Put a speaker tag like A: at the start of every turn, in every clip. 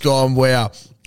A: gone, wow.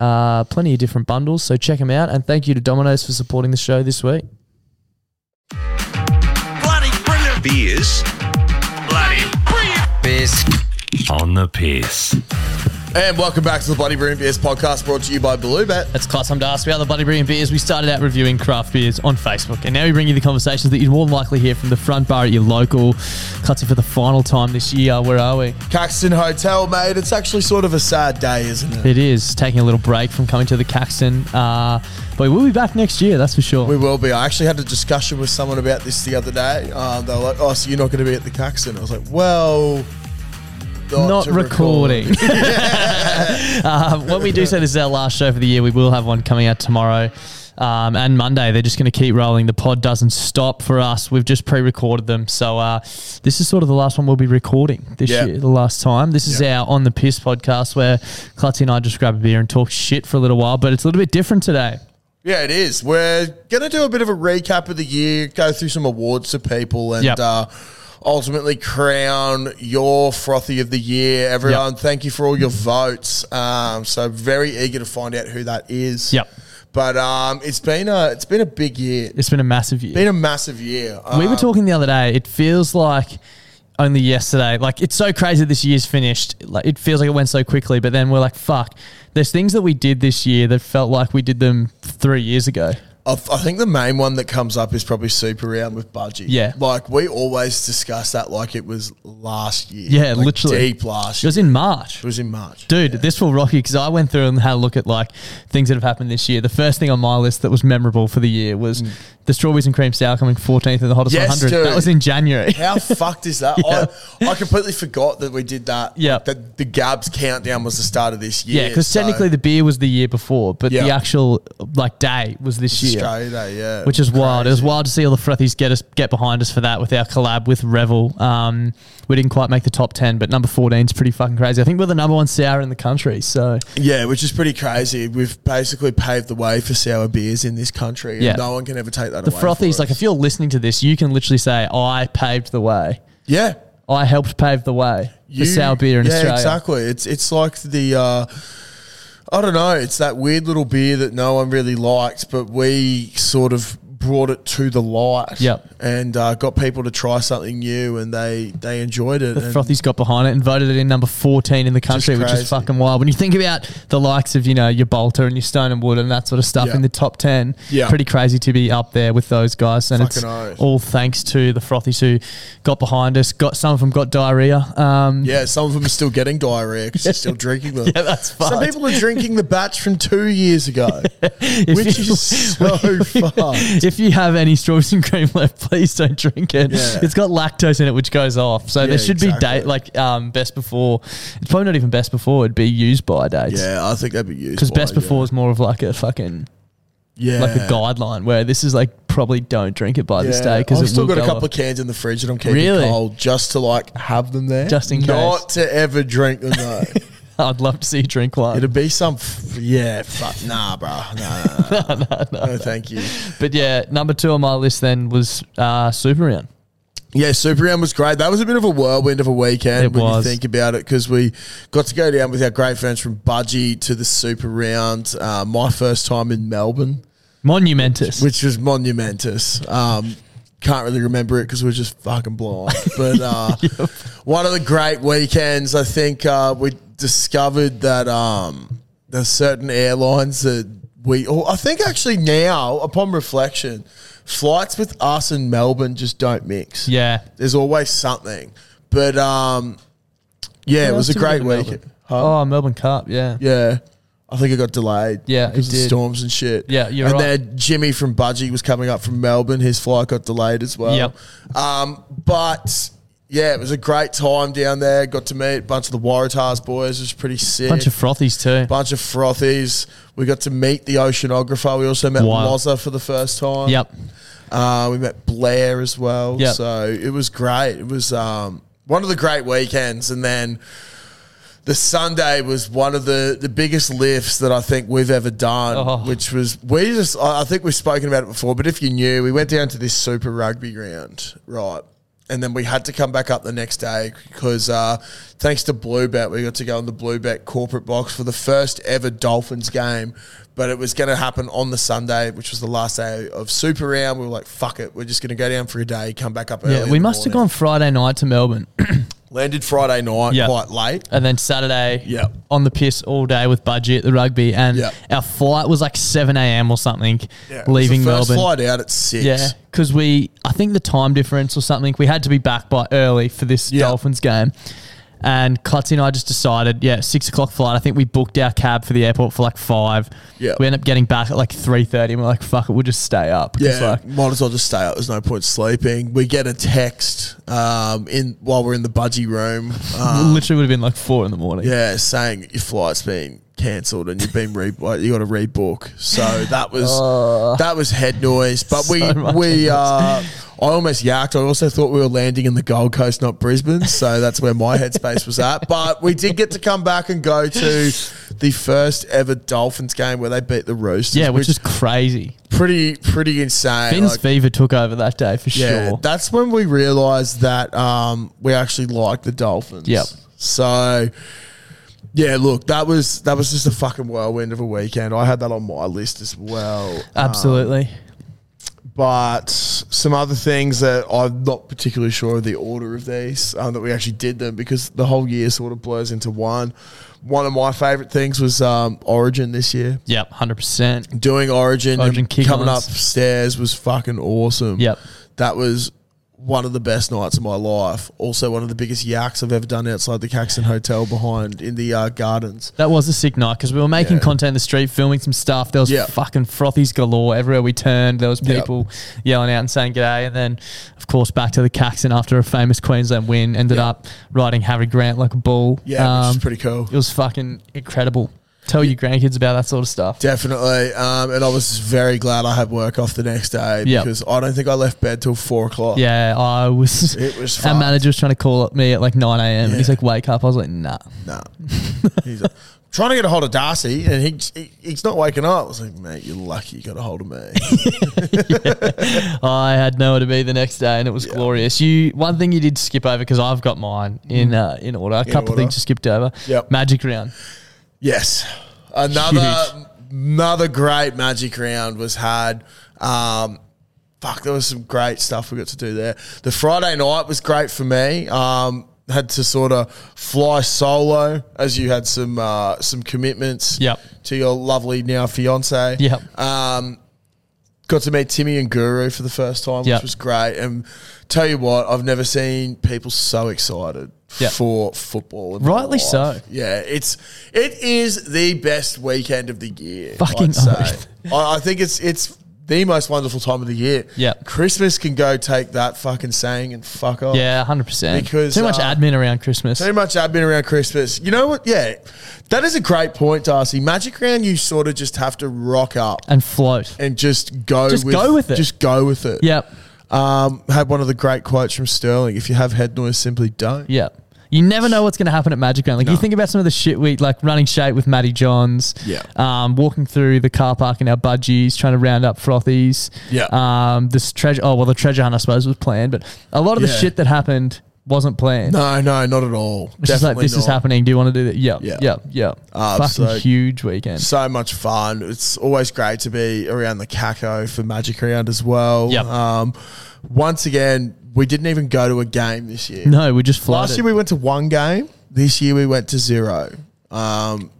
B: Uh, plenty of different bundles, so check them out. And thank you to Domino's for supporting the show this week.
C: Bloody brilliant.
D: beers
C: Bloody brilliant.
D: on the piss.
A: And welcome back to the Bloody Brilliant Beers podcast brought to you by Blue Bet.
B: That's class. I'm Das. We are the Bloody Brilliant Beers. We started out reviewing craft beers on Facebook, and now we bring you the conversations that you'd more than likely hear from the front bar at your local. Cutsy for the final time this year. Where are we?
A: Caxton Hotel, mate. It's actually sort of a sad day, isn't it?
B: It is taking a little break from coming to the Caxton, uh, but we'll be back next year. That's for sure.
A: We will be. I actually had a discussion with someone about this the other day. Uh, they were like, "Oh, so you're not going to be at the Caxton?" I was like, "Well,
B: not
A: to record."
B: recording. um, when we do say this is our last show for the year, we will have one coming out tomorrow um, and Monday. They're just going to keep rolling. The pod doesn't stop for us. We've just pre-recorded them, so uh, this is sort of the last one we'll be recording this
A: Yeah.
B: year. The last time. This is our on the piss podcast where Klutzy and I just grab a beer and talk shit for a little while. But it's a little bit different today.
A: Yeah, it is. We're going to do a bit of a recap of the year, go through some awards to people, and
B: Yep.
A: uh, ultimately crown your frothy of the year. Everyone, thank you for all your votes. Um, so very eager to find out who that is.
B: Yep.
A: But um, it's been a it's been a big year.
B: It's been a massive year.
A: been a massive year.
B: we were
A: Um,
B: talking the other day. It feels like only yesterday. Like it's so crazy this year's finished. Like it feels like it went so quickly. But then we're like, fuck. There's things that we did this year that felt like we did them three years ago.
A: I I think the main one that comes up is probably Super Round with Budgie.
B: Yeah.
A: Like, we always discuss that like it was last year.
B: Yeah,
A: Like,
B: literally.
A: Deep last
B: It
A: year.
B: was in March.
A: It was in March.
B: Dude, this will rock you because I went through and had a look at like things that have happened this year. The first thing on my list that was memorable for the year was the strawberries and cream sour coming 14th in the hottest
A: Mm. Yes,
B: 100. That
A: dude.
B: was in January.
A: How fucked is that? I, I completely forgot that we did that.
B: Yeah.
A: That the Gabs countdown was the start of this year.
B: Yeah, because
A: so-
B: technically the beer was the year before, but the
A: Yeah.
B: actual like day was this year.
A: Straight A, yeah.
B: which is wild. It was
A: Crazy.
B: wild to see all the Frethies get us get behind us for that with our collab with Revel. Um, we didn't quite make the top ten, but number fourteen is pretty fucking crazy. I think we're the number one sour in the country. So
A: Yeah, which is pretty crazy. We've basically paved the way for sour beers in this country, and
B: Yeah.
A: no one can ever take that
B: the
A: away.
B: frothies,
A: for
B: like
A: us.
B: if you're listening to this, you can literally say, "I paved the way.
A: yeah,
B: I helped pave the way
A: you-
B: for sour beer in
A: yeah,
B: Australia."
A: Exactly. It's it's like the uh, I don't know. It's that weird little beer that no one really liked, but we sort of brought it to the light.
B: Yep.
A: and uh, got people to try something new, and they they enjoyed it.
B: The
A: and
B: Frothies got behind it and voted it in number 14 in the country, which
A: crazy.
B: is fucking wild. When you think about the likes of, you know, your Bolter and your Stone and Wood and that sort of stuff
A: Yeah.
B: in the top 10,
A: Yeah.
B: pretty crazy to be up there with those guys. And it's
A: Fucking oath.
B: all thanks to the Frothies who got behind us. Got Some of them got diarrhea. Um,
A: yeah, some of them are still getting diarrhea because they're still drinking them.
B: Yeah, that's
A: Some
B: fucked.
A: people are drinking the batch from two years ago,
B: if
A: which
B: you-
A: is so far.
B: If you have any strawberries and cream left, please don't drink it.
A: Yeah.
B: It's got lactose in it, which goes off. So
A: Yeah,
B: there should
A: exactly.
B: be date like um, best before. It's probably not even best before. It'd be used by dates.
A: Yeah, I think that'd be used
B: Because
A: by,
B: best before is more of like a fucking
A: yeah.
B: like a guideline where this is like probably don't drink it by this day because
A: I've
B: it
A: still
B: will
A: got
B: go
A: a couple
B: off.
A: of cans in the fridge that I'm keeping
B: Really?
A: cold just to like have them there,
B: Just in case.
A: Not to ever drink them though.
B: I'd love to see you drink one.
A: It'd be some, f- yeah, fuck, nah, bro, nah, nah, nah, no, thank you.
B: but yeah, number two on my list then was uh, Super Round.
A: Yeah, Super Round was great. That was a bit of a whirlwind of a weekend
B: It
A: when
B: was.
A: you think about it because we got to go down with our great friends from Budgie to the Super Round. Uh, my first time in Melbourne.
B: Monumentous.
A: which was monumentous. Um, can't really remember it because we are just fucking blind. But uh, one of the great weekends, I think uh, we discovered that um, there's certain airlines that we, or I think actually now, upon reflection, flights with us and Melbourne just don't mix.
B: yeah.
A: There's always something. But um, yeah, it
B: Who else
A: was a
B: did we
A: great
B: go to
A: weekend.
B: Melbourne? Oh, Melbourne Cup. Yeah.
A: Yeah. I think it got delayed.
B: Yeah, it
A: because of
B: did.
A: storms and shit.
B: Yeah, you're
A: and
B: right.
A: then Jimmy from Budgie was coming up from Melbourne. His flight got delayed as well.
B: Yep.
A: Um, but yeah, it was a great time down there. Got to meet a bunch of the Waratahs boys. It was pretty sick.
B: Bunch of frothies too.
A: bunch of frothies. We got to meet the oceanographer. We also met
B: Wow.
A: Lozza for the first time.
B: Yep.
A: Uh, we met Blair as well.
B: Yep.
A: So it was great. It was um, one of the great weekends. And then the Sunday was one of the, the biggest lifts that I think we've ever done,
B: Oh.
A: which was, we just, I I think we've spoken about it before, but if you knew, we went down to this super rugby ground, right? And then we had to come back up the next day because uh, thanks to Bluebet, we got to go on the Bluebet corporate box for the first ever Dolphins game. But it was going to happen on the Sunday, which was the last day of Super Round. We were like, fuck it. We're just going to go down for a day, come back up early.
B: Yeah.
A: in
B: We
A: the
B: must have gone
A: morning.
B: Friday night to Melbourne
A: Landed Friday night
B: Yeah.
A: quite late.
B: and then Saturday
A: Yeah.
B: on the piss all day with Budgie at the rugby. And
A: Yeah.
B: our flight was like 7 a.m. or something
A: Yeah, it was
B: leaving
A: the first
B: Melbourne.
A: Flight out at six.
B: Yeah, because we, I think the time difference or something, we had to be back by early for this
A: Yeah.
B: Dolphins game. And Klutzy and I just decided, yeah, six o'clock flight. I think we booked our cab for the airport for like five.
A: Yeah.
B: we end up getting back at like three thirty, and we're like, "Fuck it, we'll just stay up." 'Cause,
A: Yeah,
B: like,
A: might as well just stay up. There's no point sleeping. We get a text um, in while we're in the budgie room. Um,
B: literally would have been like four in the morning.
A: yeah, saying that your flight's been cancelled and you've been re- like, you got to rebook. So that was that was head noise. But we
B: So much
A: we
B: head noise.
A: uh, I almost yacked. I also thought we were landing in the Gold Coast, not Brisbane. So that's where my headspace was at. But we did get to come back and go to the first ever Dolphins game where they beat the Roosters.
B: yeah, which is crazy.
A: pretty pretty insane.
B: Finn's
A: Like,
B: fever took over that day for
A: yeah,
B: sure.
A: that's when we realized that um, we actually like the Dolphins.
B: Yep.
A: So yeah, look, that was that was just a fucking whirlwind of a weekend. I had that on my list as well.
B: Absolutely.
A: But some other things that I'm not particularly sure of the order of these um, that we actually did them because the whole year sort of blurs into one. One of my favorite things was um, Origin this year.
B: yep, hundred percent.
A: doing Origin,
B: Origin
A: and
B: kick
A: coming
B: ons.
A: upstairs was fucking awesome.
B: Yep.
A: That was one of the best nights of my life. Also, one of the biggest yaks I've ever done outside the Caxton Hotel behind in the uh, gardens.
B: That was a sick night because we were making
A: Yeah.
B: content in the street, filming some stuff. There was
A: Yeah.
B: fucking frothies galore everywhere we turned. There was
A: Yeah.
B: people yelling out and saying g'day. And then, of course, back to the Caxton after a famous Queensland win. Ended up riding Harry Grant like a bull.
A: Yeah, which
B: Um,
A: is pretty cool.
B: It was fucking incredible. Tell your grandkids about that sort of stuff.
A: Definitely. Um, and I was very glad I had work off the next day
B: Yep.
A: because I don't think I left bed till four o'clock.
B: Yeah, I was.
A: It was
B: Our
A: fucked.
B: manager was trying to call up me at like 9 a.m. and He's like, wake up. I was like, nah.
A: Nah. He's like, trying to get a hold of Darcy and he, he he's not waking up. I was like, mate, you're lucky you got a hold of me.
B: I had nowhere to be the next day, and it was glorious. You one thing you did skip over because I've got mine in uh, in order. A couple of
A: Mm. order.
B: things you skipped over.
A: Yep.
B: Magic round.
A: Yes. Another
B: Huge.
A: another great magic round was had. Um, fuck, there was some great stuff we got to do there. The Friday night was great for me. Um, had to sort of fly solo as you had some uh, some commitments
B: Yep.
A: to your lovely now fiance.
B: Yep.
A: Um, got to meet Timmy and Guru for the first time,
B: Yep.
A: which was great. And tell you what, I've never seen people so excited
B: Yep.
A: for football. in my
B: Rightly
A: life.
B: so.
A: Yeah, it's it is the best weekend of the year.
B: Fucking
A: I'd say.
B: oath.
A: I, I think it's it's the most wonderful time of the year.
B: Yeah.
A: Christmas can go take that fucking saying and fuck off.
B: Yeah, hundred percent.
A: Oh. Because,
B: too much
A: uh,
B: admin around Christmas.
A: Too much I've been around Christmas. You know what? Yeah, that is a great point, Darcy. Magic round, you sort of just have to rock up
B: and float.
A: and just go.
B: Just
A: with,
B: go with it.
A: Just go with it.
B: Yep.
A: Um, had one of the great quotes from Sterling: "If you have head noise, simply don't."
B: Yep. You never know what's going to happen at Magic Round. Like you think about some of the shit we like running shape with Matty Johns.
A: Yeah.
B: Um, walking through the car park in our budgies, trying to round up frothies.
A: Yeah.
B: Um, this treasure. Oh well, the treasure hunt I suppose was planned, but a lot of the
A: Yeah.
B: shit that happened wasn't planned.
A: No, no, not at all.
B: It's just like this is
A: not.
B: happening. Do you want to do that? Yep.
A: Yeah.
B: Yep. Yep.
A: Ah,
B: Fucking
A: so-
B: huge weekend.
A: So much fun. It's always great to be around the Caco for Magic Round as well.
B: Yep.
A: Um, once again, we didn't even go to a game this year.
B: no, we just
A: Last
B: floated.
A: year we went to one game. This year we went to zero. Um,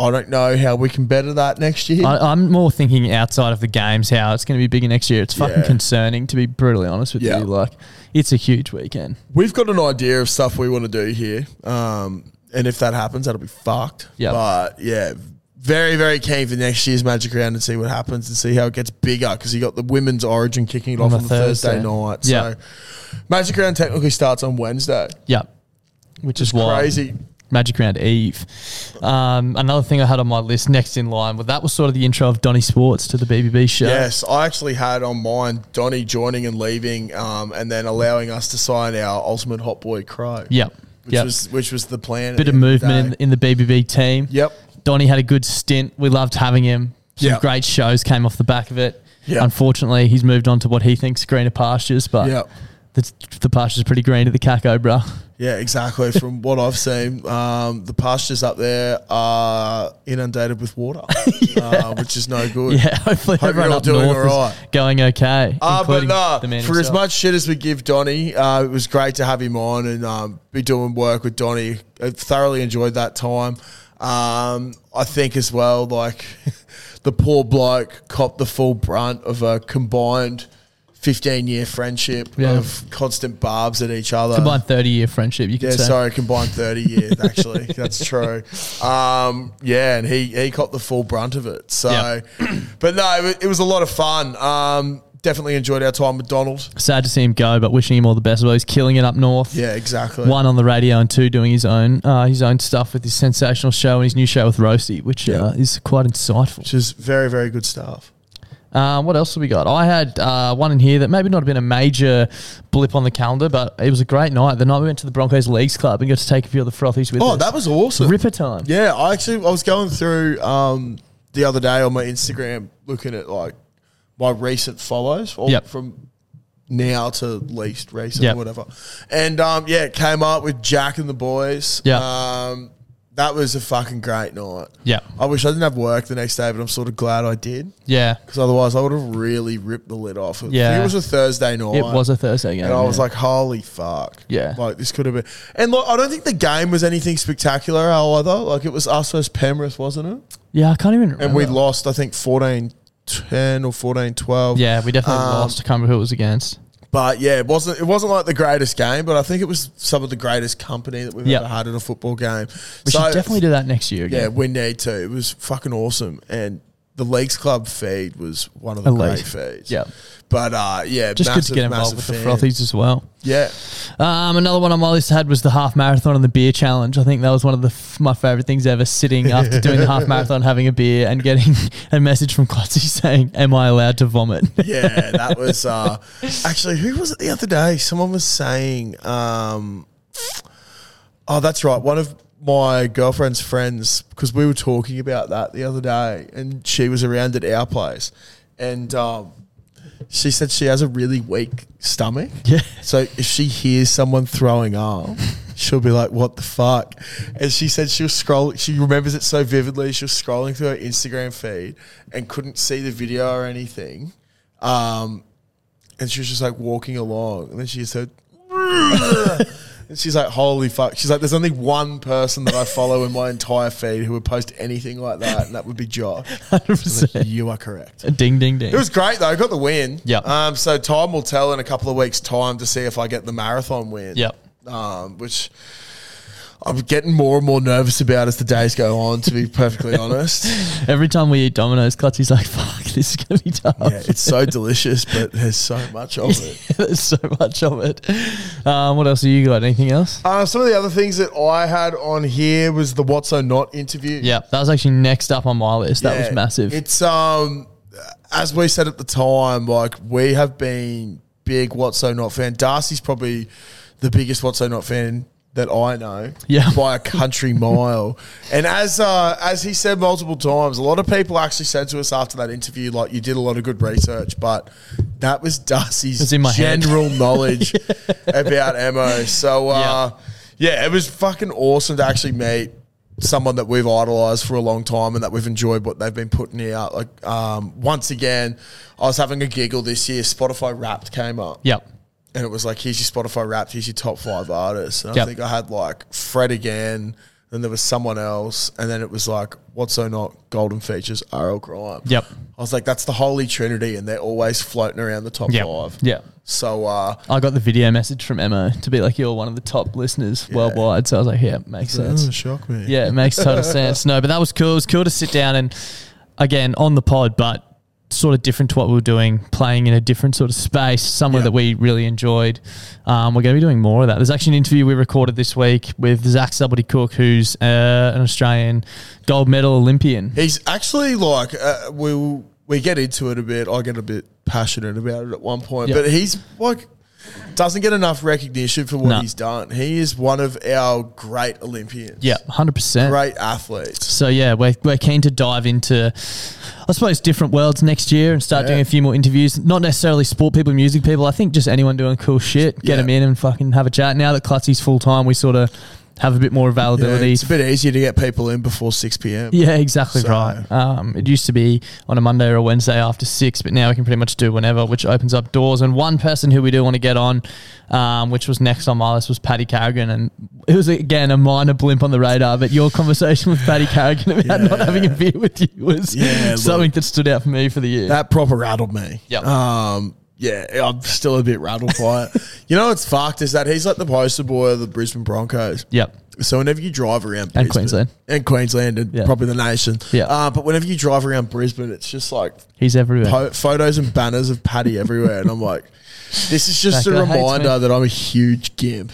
A: I don't know how we can better that next year.
B: I, I'm more thinking outside of the games how it's going to be bigger next year. It's fucking
A: Yeah.
B: concerning to be brutally honest with
A: Yeah.
B: you. Like, it's a huge weekend.
A: We've got an idea of stuff we want to do here. Um, and if that happens, that'll be fucked.
B: Yeah.
A: But yeah, very, very keen for next year's Magic Round and see what happens and see how it gets bigger because you got the women's origin kicking it off
B: a
A: on the Thursday,
B: Thursday.
A: night.
B: Yeah.
A: So Magic Round technically starts on Wednesday.
B: Yep. Which is why
A: Crazy.
B: Magic Round Eve. Um, another thing I had on my list next in line, well, that was sort of the intro of Donny Sports to the BBB show.
A: Yes, I actually had on mine Donnie joining and leaving, um, and then allowing us to sign our ultimate hot boy crow.
B: Yep.
A: which
B: yep.
A: was which was the plan. at
B: Bit
A: the
B: of
A: end the
B: movement
A: day.
B: in, in the BBB team.
A: Yep.
B: Donny had a good stint. We loved having him. Some
A: Yep.
B: great shows came off the back of it.
A: Yep.
B: Unfortunately, he's moved on to what he thinks greener pastures, but
A: Yep.
B: the, the pasture's pretty green at the Caco, bro.
A: Yeah, exactly. From what I've seen, um, the pastures up there are inundated with water, uh, which is no good.
B: Yeah, hopefully
A: Hope
B: everyone
A: you're all
B: up
A: doing
B: north
A: all right.
B: is going okay.
A: Uh, but
B: including
A: no,
B: the man
A: for as
B: himself.
A: much shit as we give Donny, uh, it was great to have him on and um, be doing work with Donny. I thoroughly enjoyed that time. Um, I think as well, like the poor bloke copped the full brunt of a combined 15 year friendship
B: Yeah.
A: of constant barbs at each other.
B: combined thirty year friendship, you could
A: Yeah,
B: say.
A: sorry, combined thirty years actually. That's true. Um, yeah, and he he caught the full brunt of it. So, but no, it, wa- it was a lot of fun. Um, definitely enjoyed our time with Donald.
B: Sad to see him go, but wishing him all the best. Well, he's killing it up north.
A: Yeah, exactly.
B: One on the radio and two doing his own uh, his own stuff with his sensational show and his new show with Roasty, which
A: Yeah.
B: uh, is quite insightful.
A: which is very very good stuff.
B: Uh, what else have we got? I had uh, one in here that maybe not have been a major blip on the calendar, but it was a great night. The night we went to the Broncos Leagues Club and got to take a few of the frothies with
A: Oh,
B: us.
A: that was awesome.
B: ripper time.
A: Yeah, I actually I was going through um, the other day on my Instagram looking at like my recent follows or
B: Yep.
A: from now to least recent
B: Yep.
A: or whatever. And um, yeah, it came up with Jack and the boys.
B: Yeah.
A: Um, that was a fucking great night.
B: Yeah.
A: I wish I didn't have work the next day, but I'm sort of glad I did
B: Yeah.
A: because otherwise I would have really ripped the lid off.
B: Yeah.
A: It was a Thursday night.
B: It was a Thursday game.
A: And I was
B: yeah.
A: like, holy fuck.
B: Yeah.
A: Like, this could have been. And look, I don't think the game was anything spectacular either. Like, it was us versus Penrith, wasn't it?
B: yeah, I can't even remember.
A: And we lost, I think, 14 10 or 14 12.
B: Yeah, we definitely
A: Um,
B: lost. I can't remember who it was against.
A: But yeah, it wasn't, it wasn't like the greatest game, but I think it was some of the greatest company that we've
B: Yep.
A: ever had in a football game.
B: We should definitely do that next year again.
A: Yeah, we need to. It was fucking awesome. And the Leagues Club feed was one of the
B: Elite.
A: great feeds.
B: Yeah.
A: But uh, yeah,
B: Just
A: massive,
B: good to get involved
A: massive
B: with the
A: fan.
B: frothies as well.
A: Yeah,
B: Um, another one on my list I had was the half marathon and the beer challenge. I think that was one of the f- my favorite things ever. Sitting after doing the half marathon, having a beer, and getting a message from Clutzy saying, "Am I allowed to vomit?"
A: yeah, that was uh, actually who was it the other day? Someone was saying, um, oh, that's right, one of my girlfriend's friends because we were talking about that the other day, and she was around at our place, and um, she said she has a really weak stomach.
B: Yeah.
A: So if she hears someone throwing up, she'll be like, "What the fuck?" And she said she was scrolling. She remembers it so vividly. She was scrolling through her Instagram feed and couldn't see the video or anything. Um, and she was just like walking along, and then she just heard. And she's like, holy fuck. She's like, there's only one person that I follow in my entire feed who would post anything like that, and that would be Josh.
B: Hundred
A: I was like,
B: percent.
A: you are correct.
B: Ding ding ding.
A: It was great though. I got the win.
B: Yep.
A: Um, so time will tell in a couple of weeks' time to see if I get the marathon win.
B: Yep.
A: Um, which I'm getting more and more nervous about as the days go on. To be perfectly honest.
B: Every time we eat Domino's, Clutzy's like, "Fuck, this is gonna be tough."
A: Yeah, it's so delicious, but there's so much of it.
B: There's so much of it. Um, what else have you got? Anything else?
A: Uh, some of the other things that I had on here was the What's So Not interview.
B: Yeah, that was actually next up on my list. That
A: Yeah,
B: was massive.
A: It's um, as we said at the time, like we have been big What's So Not fan. Darcy's probably the biggest What's So Not fan that I know,
B: Yeah.
A: by a country mile. And as uh, as he said multiple times, a lot of people actually said to us after that interview, like you did a lot of good research, but that was Darcy's
B: It's in my head.
A: general knowledge about Emo. So uh, yeah, it was fucking awesome to actually meet someone that we've idolized for a long time and that we've enjoyed what they've been putting out. Like, um, once again, I was having a giggle this year. Spotify Wrapped came up.
B: yep.
A: And it was like, here's your Spotify Wrapped, here's your top five artists. And I
B: Yep.
A: think I had like Fred again, then there was someone else. And then it was like, what's so not Golden Features, RL Grime.
B: Yep.
A: I was like, that's the Holy Trinity. And they're always floating around the top
B: Yep.
A: five.
B: Yeah.
A: So, uh,
B: I got the video message from Emma to be like, "You're one of the top listeners worldwide." So I was like, "Yeah, makes sense."
A: shock me.
B: Yeah, it makes total sense. No, but that was cool. It was cool to sit down and again on the pod, but sort of different to what we were doing, playing in a different sort of space, somewhere
A: Yeah.
B: that we really enjoyed. Um, we're going to be doing more of that. There's actually an interview we recorded this week with Zach Subberty Cook, who's uh, an Australian gold medal Olympian.
A: He's actually like uh, we we get into it a bit. I get a bit passionate about it at one point,
B: Yeah.
A: but he's like doesn't get enough recognition for what
B: No.
A: he's done. He is one of our great Olympians.
B: Yeah, hundred percent.
A: great athletes.
B: So yeah, we're, we're keen to dive into, I suppose, different worlds next year and start
A: Yeah.
B: doing a few more interviews. Not necessarily sport people, music people. I think just anyone doing cool shit, get
A: Yeah.
B: them in and fucking have a chat. Now that Clutzy's full time, we sort of have a bit more
A: You know,
B: availability.
A: it's a bit easier to get people in before six pm.
B: Yeah, exactly
A: So-
B: right. Um, it used to be on a Monday or a Wednesday after six, but now we can pretty much do whenever, which opens up doors. And one person who we do want to get on, um, which was next on my list, was Paddy Carrigan, and it was again a minor blimp on the radar. But your conversation with Paddy Carrigan about not having a beer with you was
A: Yeah, look.
B: something that stood out for me for the year.
A: That proper rattled me.
B: Yep.
A: Um, yeah, I'm still a bit rattled by it. You know what's fucked is that he's like the poster boy of the Brisbane Broncos.
B: yep.
A: So whenever you drive
B: And
A: around Brisbane-
B: Queensland.
A: and Queensland and
B: Yeah.
A: probably the nation,
B: Yeah.
A: Uh, but whenever you drive around Brisbane, it's just like
B: He's everywhere.
A: po- photos and banners of Paddy everywhere, and I'm like, this is just
B: That
A: a
B: guy hates
A: reminder
B: me.
A: that I'm a huge gimp.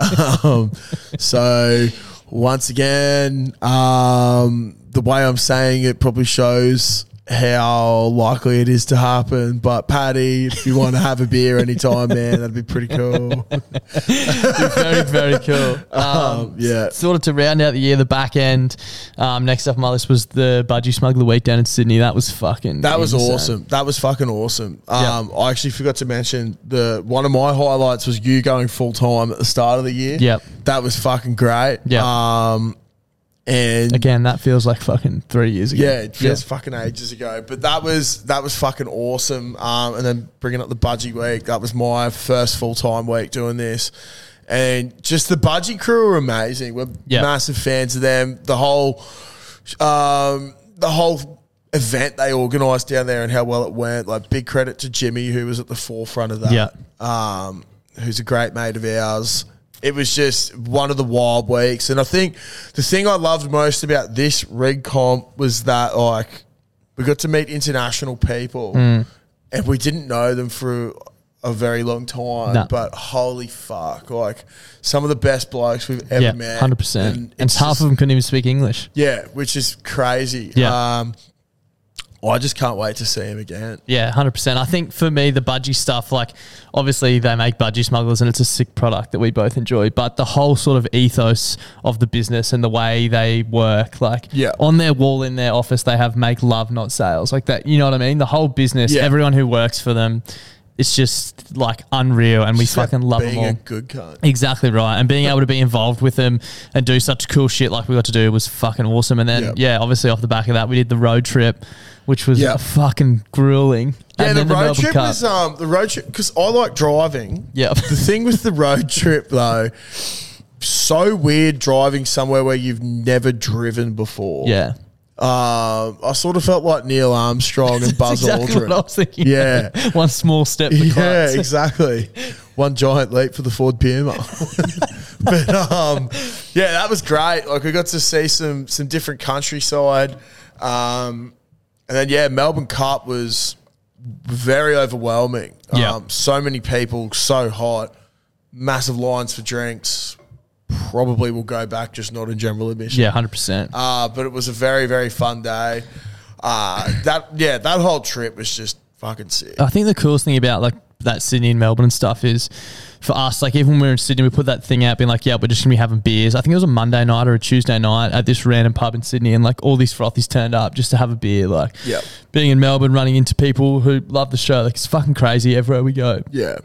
A: um, so once again, um, the way I'm saying it probably shows how likely it is to happen. But Paddy, if you want to have a beer anytime, man, that'd be pretty cool.
B: very, very cool.
A: Um, yeah.
B: sort of to round out the year, the back end. Um, next up on my list was the Budgie Smuggler Week down in Sydney. That was fucking.
A: That was
B: insane.
A: awesome. That was fucking awesome. Um, I actually forgot to mention the one of my highlights was you going full time at the start of the year.
B: Yep.
A: that was fucking great.
B: Yep.
A: Um, and
B: Again, that feels like fucking three years ago.
A: yeah, it feels fucking ages ago. But that was that was fucking awesome. Um, and then bringing up the budgie week, that was my first full time week doing this, and just the budgie crew are amazing. We're
B: Yeah.
A: massive fans of them. The whole, um, the whole event they organised down there and how well it went. Like big credit to Jimmy who was at the forefront of that
B: Yeah.
A: um, who's a great mate of ours. It was just one of the wild weeks, and I think the thing I loved most about this red comp was that like We got to meet international people,
B: Hmm.
A: and we didn't know them for a very long time.
B: No.
A: But holy fuck, like some of the best blokes we've ever
B: yeah,
A: met.
B: hundred percent. And, half
A: just-
B: of them couldn't even speak English.
A: yeah, which is crazy.
B: Yeah.
A: Um, oh, I just can't wait to see him again.
B: Yeah, hundred percent. I think for me, the budgie stuff, like obviously they make budgie smugglers, and it's a sick product that we both enjoy. But the whole sort of ethos of the business and the way they work, like
A: Yeah.
B: on their wall in their office, they have "Make love, not sales," like that. You know what I mean? The whole business,
A: Yeah.
B: everyone who works for them, it's just like unreal, and we
A: Just about
B: fucking love them
A: being
B: all.
A: a good cunt.
B: Exactly right. And being able to be involved with them and do such cool shit like we got to do was fucking awesome. And then,
A: Yep.
B: yeah, obviously off the back of that, we did the road trip, which was
A: Yep.
B: fucking grueling.
A: Yeah,
B: and
A: the
B: then
A: road
B: Melbourne
A: trip
B: Cup.
A: was um the road trip because I like driving.
B: Yep.
A: The thing with the road trip though, so weird driving somewhere where you've never driven before.
B: yeah.
A: Um, I sort of felt like Neil Armstrong and
B: That's
A: Buzz
B: exactly
A: Aldrin.
B: what I was thinking.
A: Yeah.
B: One small step for yeah,
A: Yeah, exactly. One giant leap for the Ford Puma. but um, yeah, that was great. Like we got to see some some different countryside, um, and then yeah, Melbourne Cup was very overwhelming.
B: Yeah.
A: Um, so many people, so hot, massive lines for drinks. Probably will go back, just not in general admission.
B: Yeah, 100%.
A: Uh, but it was a very very fun day. Uh, that yeah, that whole trip was just fucking sick.
B: I think the coolest thing about like that Sydney and Melbourne and stuff is for us, like even when we were in Sydney, we put that thing out being like, yeah, we're just gonna be having beers. I think it was a Monday night or a Tuesday night at this random pub in Sydney and like all these frothies turned up just to have a beer. Like
A: Yep.
B: being in Melbourne, running into people who love the show, like it's fucking crazy everywhere we go.
A: yeah.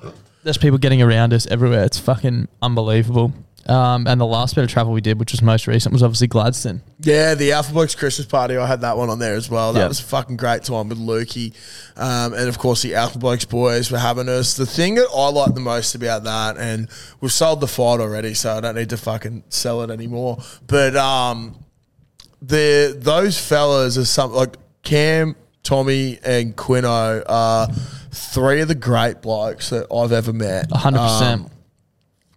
B: There's people getting around us everywhere. It's fucking unbelievable. Um, and the last bit of travel we did, which was most recent, was obviously Gladstone.
A: Yeah, the Alpha Blokes Christmas party. I had that one on there as well. That
B: Yeah.
A: was a fucking great time with Lukey, um, and of course the Alpha Blokes boys were having us. The thing that I like the most about that, and we've sold the fight already, so I don't need to fucking sell it anymore. But um, the those fellas are some like Cam, Tommy, and Quino are three of the great blokes that I've ever met.
B: 100%.
A: Um,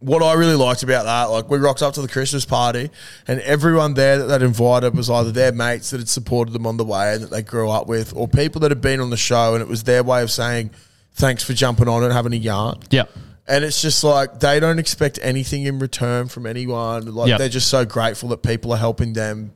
A: what I really liked about that, like we rocked up to the Christmas party, and everyone there that they'd invited was either their mates that had supported them on the way and that they grew up with, or people that had been on the show, and it was their way of saying thanks for jumping on and having a yarn.
B: yeah.
A: And it's just like they don't expect anything in return from anyone. Like
B: Yep.
A: they're just so grateful that people are helping them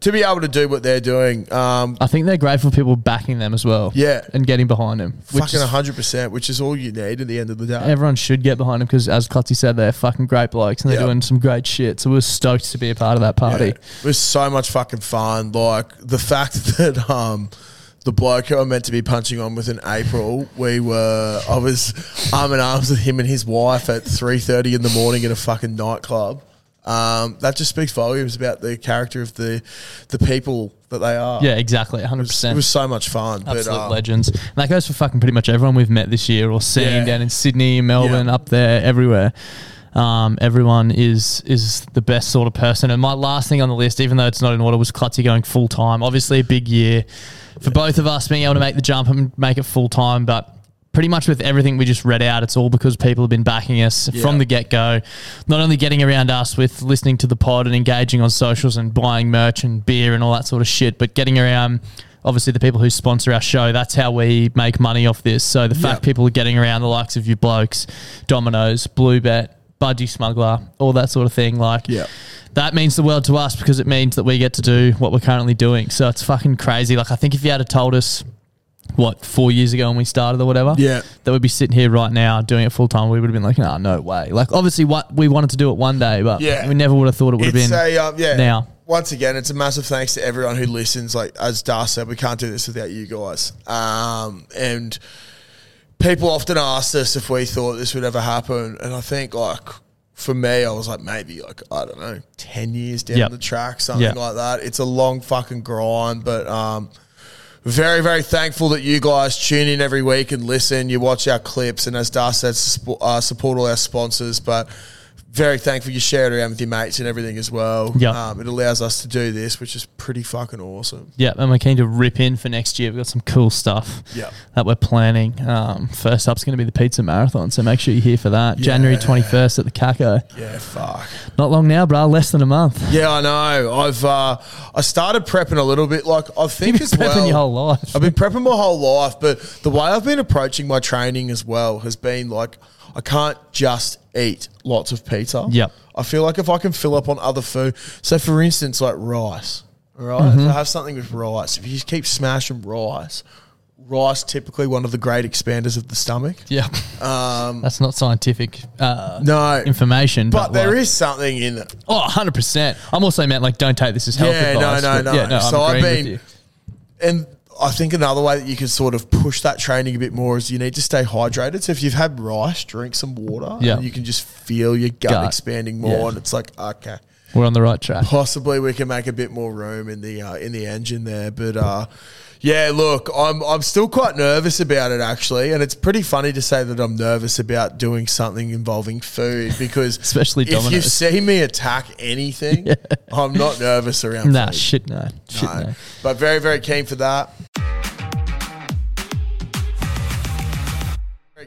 A: to be able to do what they're doing. Um,
B: I think they're grateful for people backing them as well.
A: Yeah.
B: And getting behind them. which
A: fucking
B: is
A: hundred percent, which is all you need at the end of the day.
B: everyone should get behind them because, as Clutzy said, they're fucking great blokes and they're
A: Yeah.
B: doing some great shit. So we're stoked to be a part of that party.
A: It was so much fucking fun. Like the fact that um the bloke who I'm meant to be punching on with in April, we were I was arm in arms with him and his wife at three thirty in the morning in a fucking nightclub. Um, that just speaks volumes about the character of the the people that they are.
B: Yeah, exactly.
A: It
B: 100%.
A: was, it was so much fun.
B: Absolute
A: but, um,
B: legends. And that goes for fucking pretty much everyone we've met this year or seen
A: Yeah.
B: down in Sydney, Melbourne,
A: Yeah.
B: up there, everywhere. Um, everyone is is the best sort of person. And my last thing on the list, even though it's not in order, was Clutzy going full time. Obviously, a big year for both of us being able to make the jump and make it full time. But pretty much with everything we just read out, it's all because people have been backing us from the get go. Not only getting around us with listening to the pod and engaging on socials and buying merch and beer and all that sort of shit, but getting around obviously the people who sponsor our show. That's how we make money off this. So the fact people are getting around the likes of you blokes, Domino's, Blue Bet, Budgie Smuggler, all that sort of thing, like
A: Yeah.
B: that means the world to us because it means that we get to do what we're currently doing. So it's fucking crazy. Like I think if you had have told us what four years ago when we started or whatever,
A: Yeah.
B: that we'd be sitting here right now doing it full time. We would have been like, nah, no way. Like obviously, what we wanted to do it one day, but
A: Yeah.
B: we never would have thought it would have
A: It's
B: been.
A: a, um, yeah.
B: now.
A: Once again, it's a massive thanks to everyone who listens. Like as Dar said, we can't do this without you guys. Um, and people often asked us if we thought this would ever happen, and I think like for me, I was like maybe like I don't know, ten years down
B: Yep.
A: the track, something
B: Yeah.
A: like that. It's a long fucking grind, but um, very, very thankful that you guys tune in every week and listen. You watch our clips, and as Dar said, sp- uh, support all our sponsors. But very thankful you share it around with your mates and everything as well.
B: Yeah.
A: Um, it allows us to do this, which is pretty fucking awesome.
B: Yeah, and we're keen to rip in for next year. We've got some cool stuff
A: Yeah.
B: that we're planning. Um, first up's going to be the pizza marathon, so make sure you're here for that. January
A: Yeah.
B: 21st at the Caco.
A: Yeah, fuck.
B: Not long now, bruh. Less than a month.
A: Yeah, I know. I've uh, I started prepping a little bit. Like I think as
B: Prepping
A: well,
B: your whole life.
A: I've been prepping my whole life, but the way I've been approaching my training as well has been like I can't just eat lots of pizza.
B: Yep.
A: I feel like if I can fill up on other food, so for instance, like rice. All right?
B: Mm-hmm.
A: if I have something with rice, if you just keep smashing rice, rice typically one of the great expanders of the stomach.
B: Yeah. That's not scientific uh,
A: No,
B: information.
A: Um, but there
B: like-
A: is something in it.
B: Oh, 100%. I'm also meant, like, don't take this as health
A: Yeah, no,
B: advice.
A: no,
B: but
A: no.
B: Yeah, no
A: So
B: I'm
A: I've
B: agreeing
A: been-
B: with you.
A: And I think another way that you can sort of push that training a bit more is you need to stay hydrated. So if you've had rice, drink some water,
B: Yeah.
A: and you can just feel your gut,
B: Gut.
A: expanding more,
B: Yeah.
A: and it's like okay,
B: We're on the right track.
A: possibly we can make a bit more room in the uh, in the engine there. But uh, yeah, look, I'm I'm still quite nervous about it actually, and it's pretty funny to say that I'm nervous about doing something involving food because
B: Especially
A: if you
B: Domino's.
A: see me attack anything, I'm not nervous around.
B: Nah,
A: food.
B: shit, no. Shit,
A: No.
B: no.
A: But very, very keen for that. Very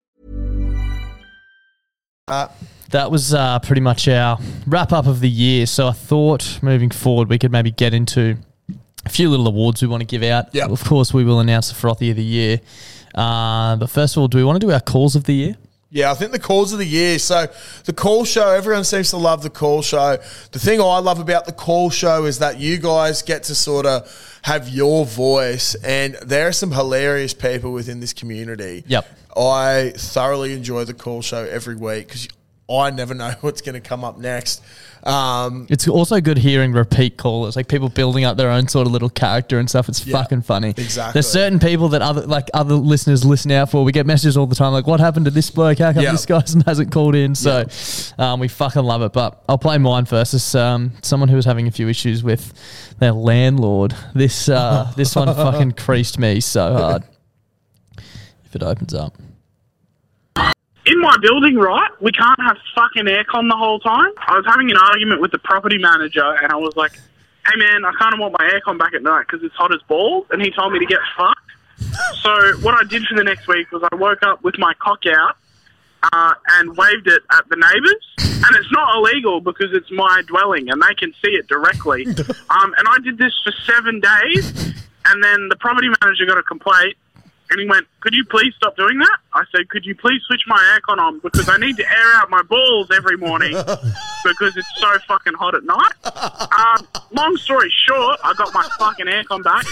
B: That was uh, pretty much our wrap up of the year. So I thought moving forward, we could maybe get into a few little awards we want to give out.
A: Yeah.
B: Of course, we will announce the frothy of the year. Uh, but first of all, do we want to do our calls of the year?
A: Yeah, I think the calls of the year. So the call show, everyone seems to love the call show. The thing I love about the call show is that you guys get to sort of have your voice, and there are some hilarious people within this community.
B: Yep.
A: I thoroughly enjoy the call show every week because I never know what's going to come up next. Um,
B: It's also good hearing repeat callers, like people building up their own sort of little character and stuff. It's
A: Yeah,
B: fucking funny.
A: exactly.
B: There's certain people that other like other listeners listen out for. We get messages all the time, like, "What happened to this bloke? How come
A: Yeah.
B: this guy hasn't called in?" So, um, we fucking love it. But I'll play mine first. It's um, someone who was having a few issues with their landlord. This uh, this one fucking creased me so hard. If it opens up,
E: in my building, right, we can't have fucking aircon the whole time. I was having an argument with the property manager, and I was like, "Hey man, I kind of want my aircon back at night because it's hot as balls." And he told me to get fucked. So what I did for the next week was I woke up with my cock out uh, and waved it at the neighbours, and it's not illegal because it's my dwelling and they can see it directly. Um, and I did this for seven days, and then the property manager got a complaint. And he went, Could you please stop doing that? I said, Could you please switch my aircon on? Because I need to air out my balls every morning because it's so fucking hot at night. Um, long story short, I got my fucking aircon back.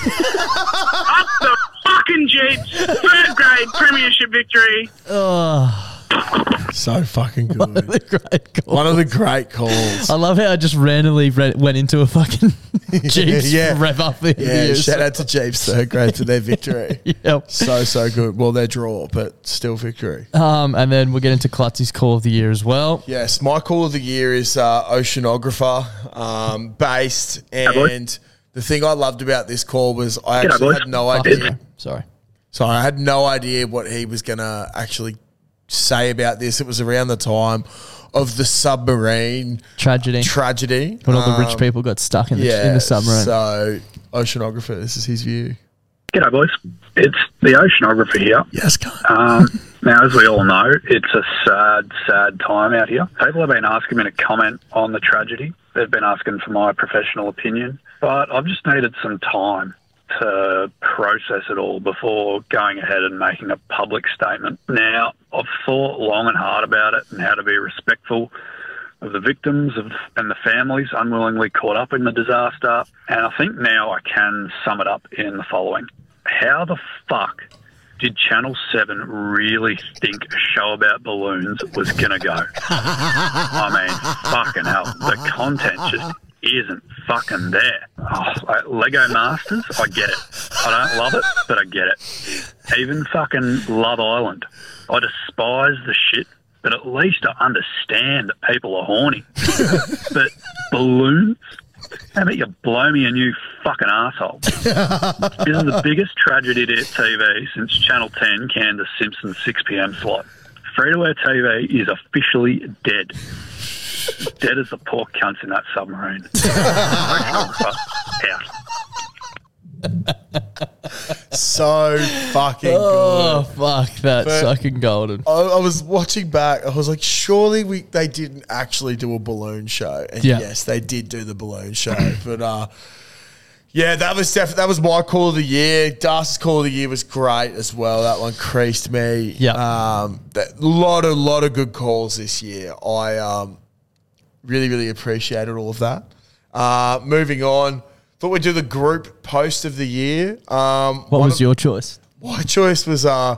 E: Up the fucking jeeps. Third grade premiership victory.
A: so fucking good.
B: the great Oh, call.
A: One of the great calls.
B: I love how I just randomly re- went into a fucking Jeeps
A: Yeah.
B: rev up. the
A: Yeah,
B: year.
A: shout out to Jeeps, third grade, for their victory.
B: Yep.
A: So, so good. Well, their draw, but still victory.
B: Um, and then we'll get into Klutzy's call of the year as well.
A: Yes, my call of the year is uh, oceanographer um, based.
E: boy.
A: And the thing I loved about this call was I
E: G'day,
A: actually
E: boys.
A: had no
B: Fuck
A: idea.
B: you. Sorry.
A: Sorry, I had no idea what he was going to actually say about this. It was around the time of the submarine
B: Tragedy.
A: tragedy.
B: when all the
A: Um,
B: rich people got stuck in the, in the submarine.
A: So, oceanographer, this is his view.
E: G'day, boys. It's the oceanographer here.
A: Yes, cunt.
E: Um, now, as we all know, it's a sad, sad time out here. People have been asking me to comment on the tragedy. They've been asking for my professional opinion, but I've just needed some time to process it all before going ahead and making a public statement. Now, I've thought long and hard about it and how to be respectful of the victims of, and the families unwillingly caught up in the disaster. And I think now I can sum it up in the following How the fuck did Channel 7 really think a show about balloons was going to go? I mean, fucking hell. The content just isn't fucking there. Oh, like Lego Masters, I get it. I don't love it, but I get it. Even fucking Love Island. I despise the shit, but at least I understand that people are horny. but balloons? How about you blow me a new fucking asshole? This is the biggest tragedy to TV since Channel 10 canned the Simpsons 6 p.m. slot. Free to air TV is officially dead. Dead as the poor cunts in that submarine. Out.
A: So fucking
B: Oh
A: good.
B: fuck, that's
A: But- uh,
B: fucking golden.
A: I, I was watching back. I was like, surely we they didn't actually do a balloon show. And
B: Yeah.
A: yes, they did do the balloon show. but uh, yeah, that was def- that was my call of the year. Darcy's call of the year was great as well. That one creased me.
B: Yeah.
A: um, that lot a lot of good calls this year. I um, really really appreciated all of that. Uh, moving on. Thought we'd do the group post of the year. Um,
B: What
A: one
B: was
A: of-
B: your choice?
A: my choice was uh,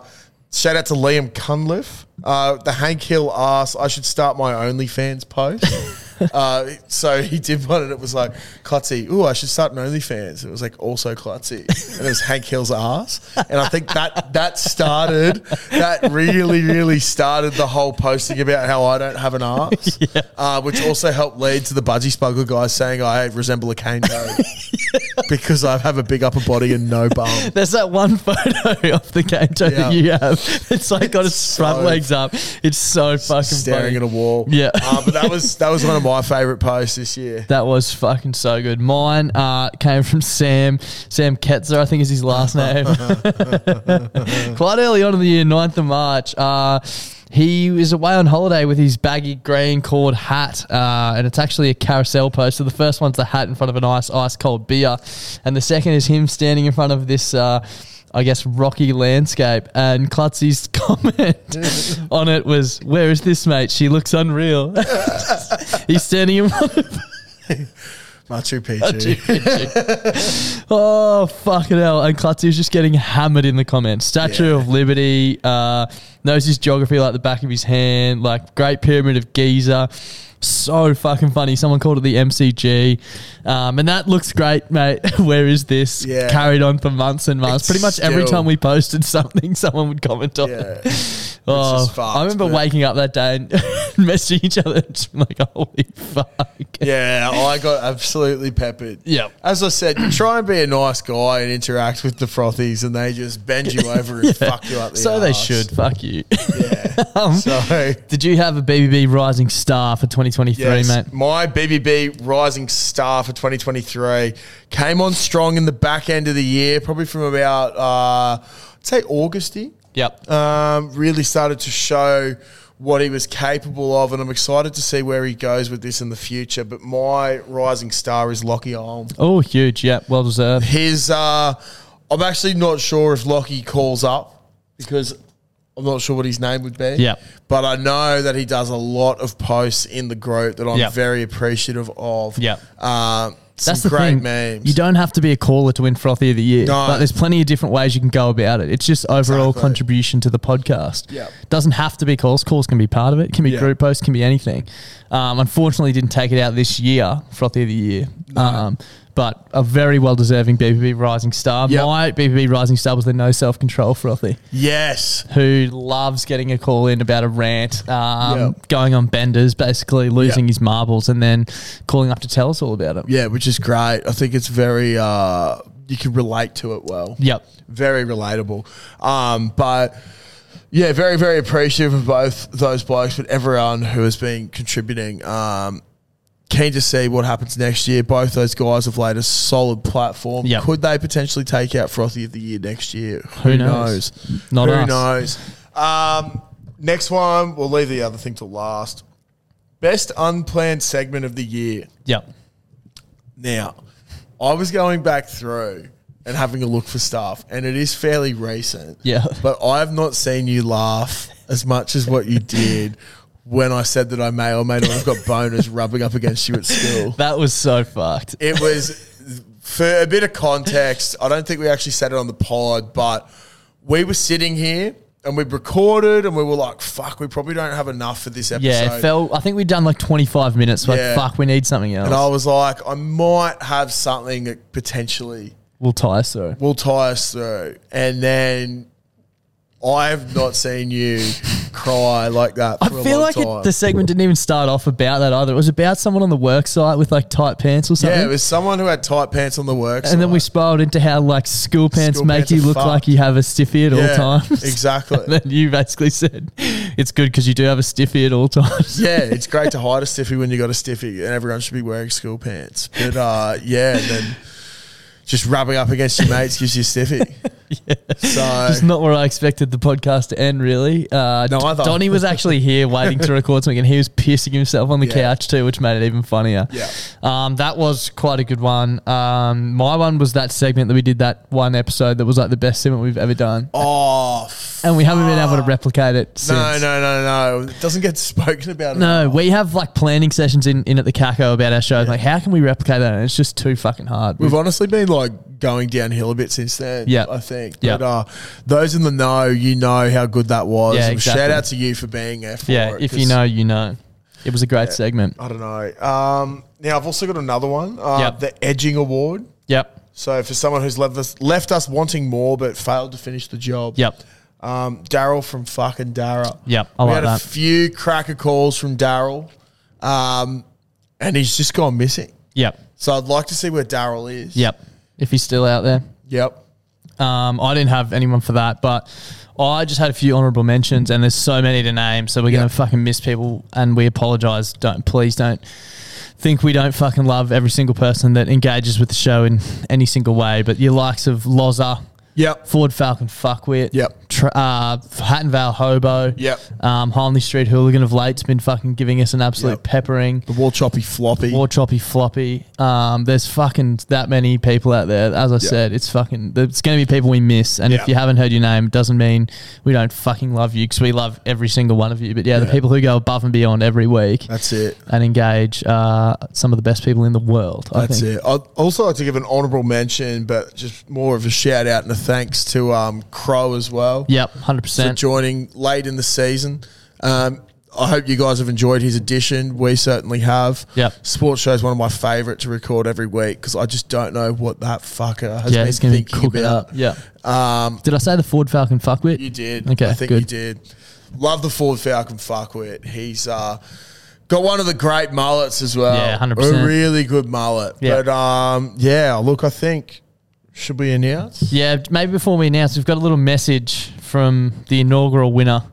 A: shout out to Liam Cunliffe. Uh, the Hank Hill asked, I should start my OnlyFans post. uh, so he did one and it was like, Klutzy, ooh, I should start an OnlyFans. It was like, also Klutzy. And it was Hank Hill's ass. And I think that that started, that really, really started the whole posting about how I don't have an ass, uh, which also helped lead to the Budgie Smuggler guy saying I resemble a cane toad because I have a big upper body and no bum.
B: There's that one photo of the Kanto
A: Yeah.
B: that you have. It's like got
A: It's
B: its front
A: so-
B: legs up. It's so fucking
A: staring
B: funny.
A: at a wall.
B: Yeah.
A: uh, but that was that was one of my favorite posts this year.
B: That was fucking so good. Mine uh, came from Sam. Sam Ketzer, I think is his last name. Quite early on in the year, 9th of March. Uh, he was away on holiday with his baggy green cord hat, uh, and it's actually a carousel post. So the first one's the hat in front of an ice, ice cold beer, and the second is him standing in front of this, uh, I guess, rocky landscape. And Klutzy's comment on it was, "Where is this, mate? She looks unreal." He's standing in front of
A: Machu Picchu.
B: oh fucking hell! And Klutzy was just getting hammered in the comments. Statue of Liberty uh, knows his geography like the back of his hand. Like Great Pyramid of Giza, so fucking funny. Someone called it the MCG, um, and that looks great, mate. Where is this?
A: Yeah.
B: Carried on for months and months.
A: It's
B: Pretty much every
A: still-
B: time we posted something, someone would comment on it.
A: Yeah.
B: Oh,
A: just fucked,
B: I remember
A: but-
B: waking up that day and messaging each other, just like, holy fuck.
A: Yeah, I got absolutely peppered.
B: Yep.
A: As I said, try and be a nice guy and interact with the frothies, and they just bend you over and fuck you up. The
B: So they
A: arse.
B: should. Fuck you.
A: Yeah.
B: Um,
A: so
B: Did you have a BBB Rising Star for 2023,
A: Yes,
B: mate?
A: My BBB rising star for 2023 came on strong in the back end of the year, probably from about uh, I'd say Augusty.
B: Yep.
A: um, really started to show what he was capable of, and I'm excited to see where he goes with this in the future. But my rising star is Lockie Olm.
B: oh, huge. Yep. Well deserved.
A: His, uh, I'm actually not sure if Lockie calls up because I'm not sure what his name would be.
B: Yep.
A: But I know that he does a lot of posts in the group that I'm
B: Yep.
A: very appreciative of.
B: Yep.
A: Uh, some
B: That's the
A: great
B: thing.
A: memes.
B: You don't have to be a caller to win Frothy of the Year.
A: No.
B: But there's plenty of different ways you can go about it. It's just overall
A: Exactly.
B: contribution to the podcast.
A: Yep.
B: Doesn't have to be calls. Calls can be part of it. Can be
A: Yeah.
B: group posts. Can be anything. Um, unfortunately, didn't take it out this year. Frothy of the Year. Um, but a very well deserving BBB Rising Star.
A: Yep.
B: My BBB Rising Star was the no self control Frothy.
A: yes.
B: who loves getting a call in about a rant, um,
A: Yep.
B: going on benders, basically losing
A: Yep.
B: his marbles, and then calling up to tell us all about it.
A: Yeah, which is great. I think it's very, uh, you can relate to it well.
B: Yep.
A: very relatable. Um, but yeah, very very appreciative of both those blokes, but everyone who has been contributing. Um, keen to see what happens next year. Both those guys have laid a solid platform.
B: Yep.
A: Could they potentially take out Frothy of the year next year?
B: Who knows? Not
A: Who
B: us.
A: knows? Um, next one, we'll leave the other thing to last. Best unplanned segment of the year.
B: Yep.
A: Now, I was going back through and having a look for stuff, and it is fairly recent.
B: Yeah.
A: But I have not seen you laugh as much as what you did when I said that I may or may not have got boners rubbing up against you at school.
B: That was so fucked.
A: It was for a bit of context. I don't think we actually said it on the pod, but we were sitting here and we recorded, and we were like, "Fuck, we probably don't have enough for this episode."
B: Yeah, it fell. I think we'd done like 25 minutes. Like,
A: Yeah.
B: fuck, we need something else.
A: And I was like, "I might have something that potentially
B: we'll tie us through.
A: will tie us through." uh, And then I've not seen you cry like that.
B: I
A: For a
B: feel
A: long
B: like
A: time.
B: it, the segment didn't even start off about that either. It was about someone on the work site with like tight pants or something.
A: yeah, it was someone who had tight pants on the works,
B: and then we spiraled into how like school pants
A: School
B: make
A: pants
B: you
A: are
B: look
A: fucked.
B: like you have a stiffy at
A: Yeah,
B: all times.
A: exactly.
B: And then you basically said it's good because you do have a stiffy at all times.
A: yeah, it's great to hide a stiffy when you got a stiffy, and everyone should be wearing school pants. But uh, yeah, then just rubbing up against your mates gives you a stiffy. So
B: Just not where I expected the podcast to end, really. Uh,
A: No, I thought-
B: Donnie was actually here waiting to record something, and he was pissing himself on the
A: Yeah.
B: couch too, which made it even funnier.
A: Yeah.
B: um, that was quite a good one. Um, my one was that segment that we did that one episode that was like the best segment we've ever done,
A: oh f-
B: and we haven't been able to replicate it. Since.
A: no, no, no, no! It doesn't get spoken about.
B: No, we have like planning sessions in, in at the Caco about our shows. Like, how can we replicate that? And it's just too fucking hard.
A: We've honestly been like going downhill a bit since then.
B: Yeah.
A: I think.
B: Yeah.
A: But uh, those in the know, you know how good that was.
B: Yeah,
A: And
B: exactly.
A: Shout out to you for being there. For
B: yeah,
A: it,
B: if
A: 'cause-
B: you know, you know. It was a great segment.
A: I don't know. Um, now I've also got another one. Uh,
B: Yep.
A: The Edging Award.
B: Yep,
A: So for someone who's left us left us wanting more but failed to finish the job.
B: yep.
A: Um, Daryl from fucking Dara.
B: Yep, I
A: we
B: like
A: had
B: that.
A: a few cracker calls from Daryl, um, and he's just gone missing.
B: Yep.
A: So I'd like to see where Daryl is.
B: Yep. If he's still out there.
A: Yep.
B: Um, I didn't have anyone for that, but I just had a few honourable mentions, and there's so many to name, so we're
A: Yeah.
B: gonna fucking miss people, and we apologise. Don't please don't think we don't fucking love every single person that engages with the show in any single way. But your likes of Loza,
A: Yep.
B: Ford Falcon fuckwit,
A: Yep.
B: Tr- uh, Hatton Vale hobo,
A: Yep.
B: um, Harmley Street hooligan of late's been fucking giving us an absolute
A: Yep.
B: peppering.
A: The wall choppy floppy.
B: War choppy floppy. Um, there's fucking that many people out there. As I said, it's fucking. It's going to be people we miss. And
A: Yeah.
B: if you haven't heard your name, it doesn't mean we don't fucking love you because we love every single one of you. But yeah, the people who go above and beyond every week
A: That's it.
B: and engage are some of the best people in the world. I
A: That's
B: think.
A: it. I'd also like to give an honourable mention, but just more of a shout out and a thanks to um, Crow as well.
B: Yep, hundred
A: for
B: percent.
A: joining late in the season. Um, I hope you guys have enjoyed his edition. We certainly have.
B: Yep.
A: Sports show is one of my favourite to record every week because I just don't know what that fucker has
B: Yeah,
A: been
B: it's going to be
A: thinking
B: cooking
A: about.
B: up. Yeah. Um, did I say the Ford Falcon fuckwit?
A: You did.
B: Okay,
A: I think
B: good.
A: you did. Love the Ford Falcon fuckwit. He's uh, got one of the great mullets as well.
B: Yeah, 100%.
A: A really good mullet.
B: Yeah.
A: But um, yeah, look, I think should we announce?
B: Yeah, maybe before we announce, we've got a little message from the inaugural winner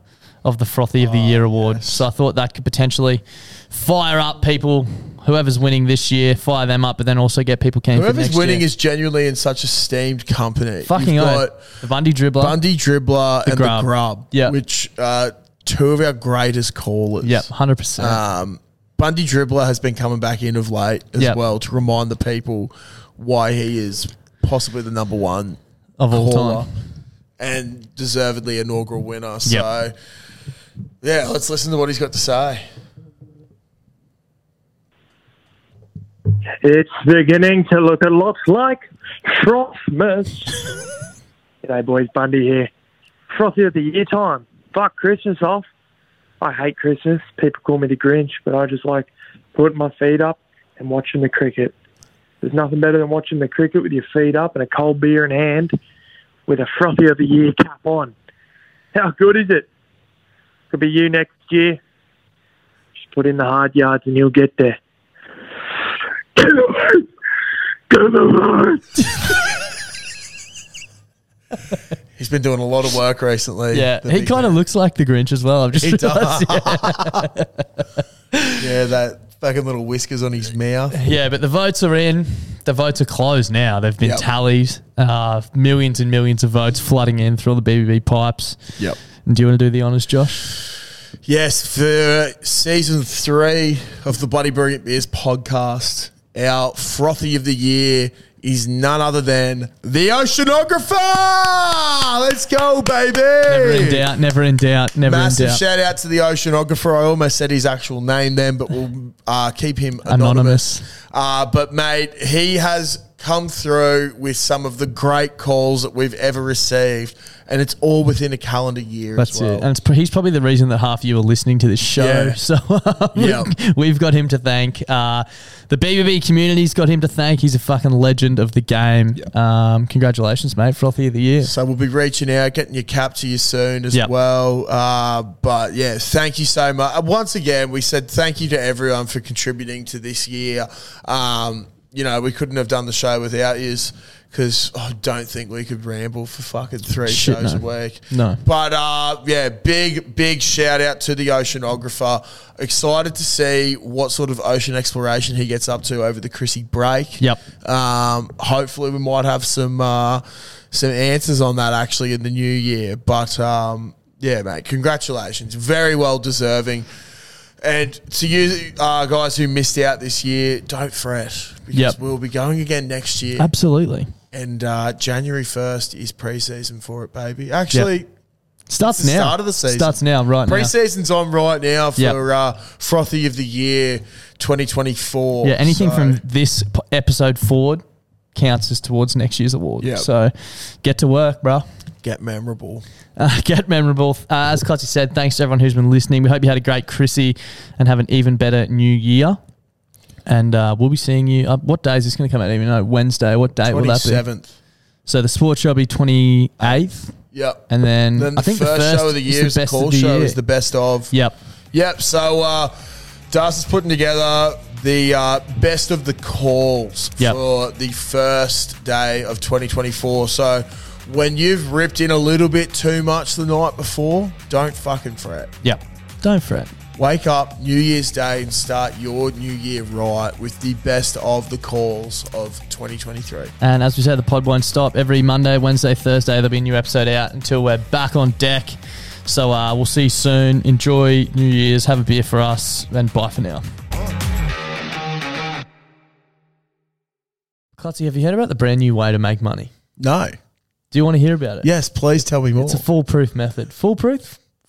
B: of the Frothy
A: Oh,
B: of the Year award. So I thought that could potentially fire up people, whoever's winning this year, fire them up, but then also get people keen for
A: Whoever's
B: next
A: winning
B: year.
A: is genuinely in such esteemed company.
B: fucking
A: You've
B: oh,
A: got
B: the Bundy dribbler.
A: Bundy dribbler and
B: Grub.
A: the grub,
B: Yeah.
A: which uh, two of our greatest callers.
B: Yep, hundred percent.
A: Um, Bundy dribbler has been coming back in of late as
B: Yep.
A: well to remind the people why he is possibly the number one
B: Of all
A: caller
B: time.
A: and deservedly inaugural winner. So, yeah, let's listen to what he's got to say.
F: It's beginning to look a lot like Frostmas. G'day, boys. Bundy here. Frothy of the year time. Fuck Christmas off. I hate Christmas. People call me the Grinch, but I just like putting my feet up and watching the cricket. There's nothing better than watching the cricket with your feet up and a cold beer in hand with a Frothy of the year cap on. How good is it? Could be you next year. Just put in the hard yards and you'll get there. Get away! Get away!
A: He's been doing a lot of work recently.
B: yeah,
A: the
B: he
A: big
B: kind of
A: man.
B: looks like the Grinch as well. I've just
A: He
B: realised.
A: does. yeah, that Fucking little whiskers on his mouth.
B: Yeah, but the votes are in. The votes are closed now. They've been
A: Yep.
B: tallied. Uh, millions and millions of votes flooding in through all the BBB pipes.
A: Yep.
B: Do you want to do the honours, Josh?
A: Yes, for season three of the Bloody Brilliant Beers podcast, our frothy of the year is none other than the oceanographer. Let's go, baby.
B: Never in doubt. Never in doubt. Never
A: Massive
B: in doubt.
A: shout out to the oceanographer. I almost said his actual name then, but we'll uh, keep him anonymous.
B: Anonymous.
A: Uh, but mate, he has come through with some of the great calls that we've ever received, and it's all within a calendar year
B: That's
A: as well.
B: it. And it's, pr- he's probably the reason that half of you are listening to this show.
A: Yeah.
B: So um,
A: Yeah.
B: we've got him to thank. Uh, the BBB community's got him to thank. He's a fucking legend of the game. Um, congratulations, mate. Frothy of the year.
A: So we'll be reaching out, getting your cap to you soon as
B: Yep.
A: well. Uh, but yeah, thank you so much. Uh, Once again, we said thank you to everyone for contributing to this year. Um, you know, we couldn't have done the show without you because I don't think we could ramble for fucking three
B: Shit,
A: shows
B: no.
A: a week.
B: No.
A: But uh, yeah, big, big shout out to the oceanographer. Excited to see what sort of ocean exploration he gets up to over the Chrissy break.
B: Yep.
A: Um, hopefully, we might have some uh, some answers on that actually in the new year. But um, yeah, mate, congratulations. Very well deserving. And to you uh, guys who missed out this year, don't fret because
B: Yep.
A: we'll be going again next year.
B: Absolutely.
A: And uh, January 1st is preseason for it, baby. Actually,
B: Starts
A: it's the
B: now.
A: start of the season.
B: Starts now, right now.
A: Preseason's on right now for
B: Yep.
A: uh, Frothy of the Year 2024.
B: Yeah, anything
A: So-
B: from this p- episode forward counts as towards next year's award.
A: Yep.
B: So get to work, bro.
A: Get memorable.
B: Uh, get memorable. Uh, as Clutchy said, thanks to everyone who's been listening. We hope you had a great Chrissy and have an even better new year. And uh, we'll be seeing you. Uh, what day is this going to come out? I don't even know. Wednesday. What date will that be?
A: 27th.
B: So the sports show will be 28th.
A: Yep.
B: And then,
A: Then
B: I think
A: the, first show of the
B: is
A: year is the
B: best of
A: call
B: the
A: show
B: year.
A: is the best of.
B: Yep.
A: Yep. So uh, Darcy's putting together the uh, best of the calls
B: Yep.
A: for the first day of 2024. So when you've ripped in a little bit too much the night before, don't fucking fret.
B: Yep. Don't fret.
A: Wake up New Year's Day and start your new year right with the best of the calls of 2023.
B: And as we said, the pod won't stop. Every Monday, Wednesday, Thursday, there'll be a new episode out until we're back on deck. So uh, we'll see you soon. Enjoy New Year's. Have a beer for us. And bye for now. Clutzy, have you heard about the brand new way to make money?
A: No.
B: Do you want to hear about it?
A: Yes, please tell me more.
B: It's a foolproof method. Foolproof?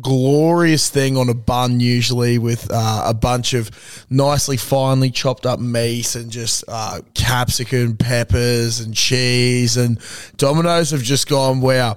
A: glorious thing on a bun, usually with uh, a bunch of nicely finely chopped up meat and just uh, capsicum, peppers, and cheese. And Domino's have just gone, wow.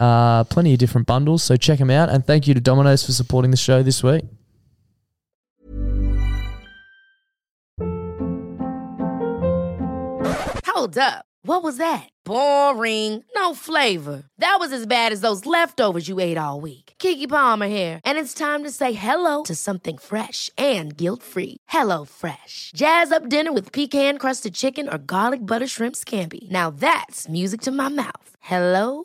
B: Uh, plenty of different bundles, so check them out. And thank you to Domino's for supporting the show this week.
G: Hold up. What was that? Boring. No flavor. That was as bad as those leftovers you ate all week. Kiki Palmer here, and it's time to say hello to something fresh and guilt-free. Hello Fresh. Jazz up dinner with pecan-crusted chicken or garlic butter shrimp scampi. Now that's music to my mouth. Hello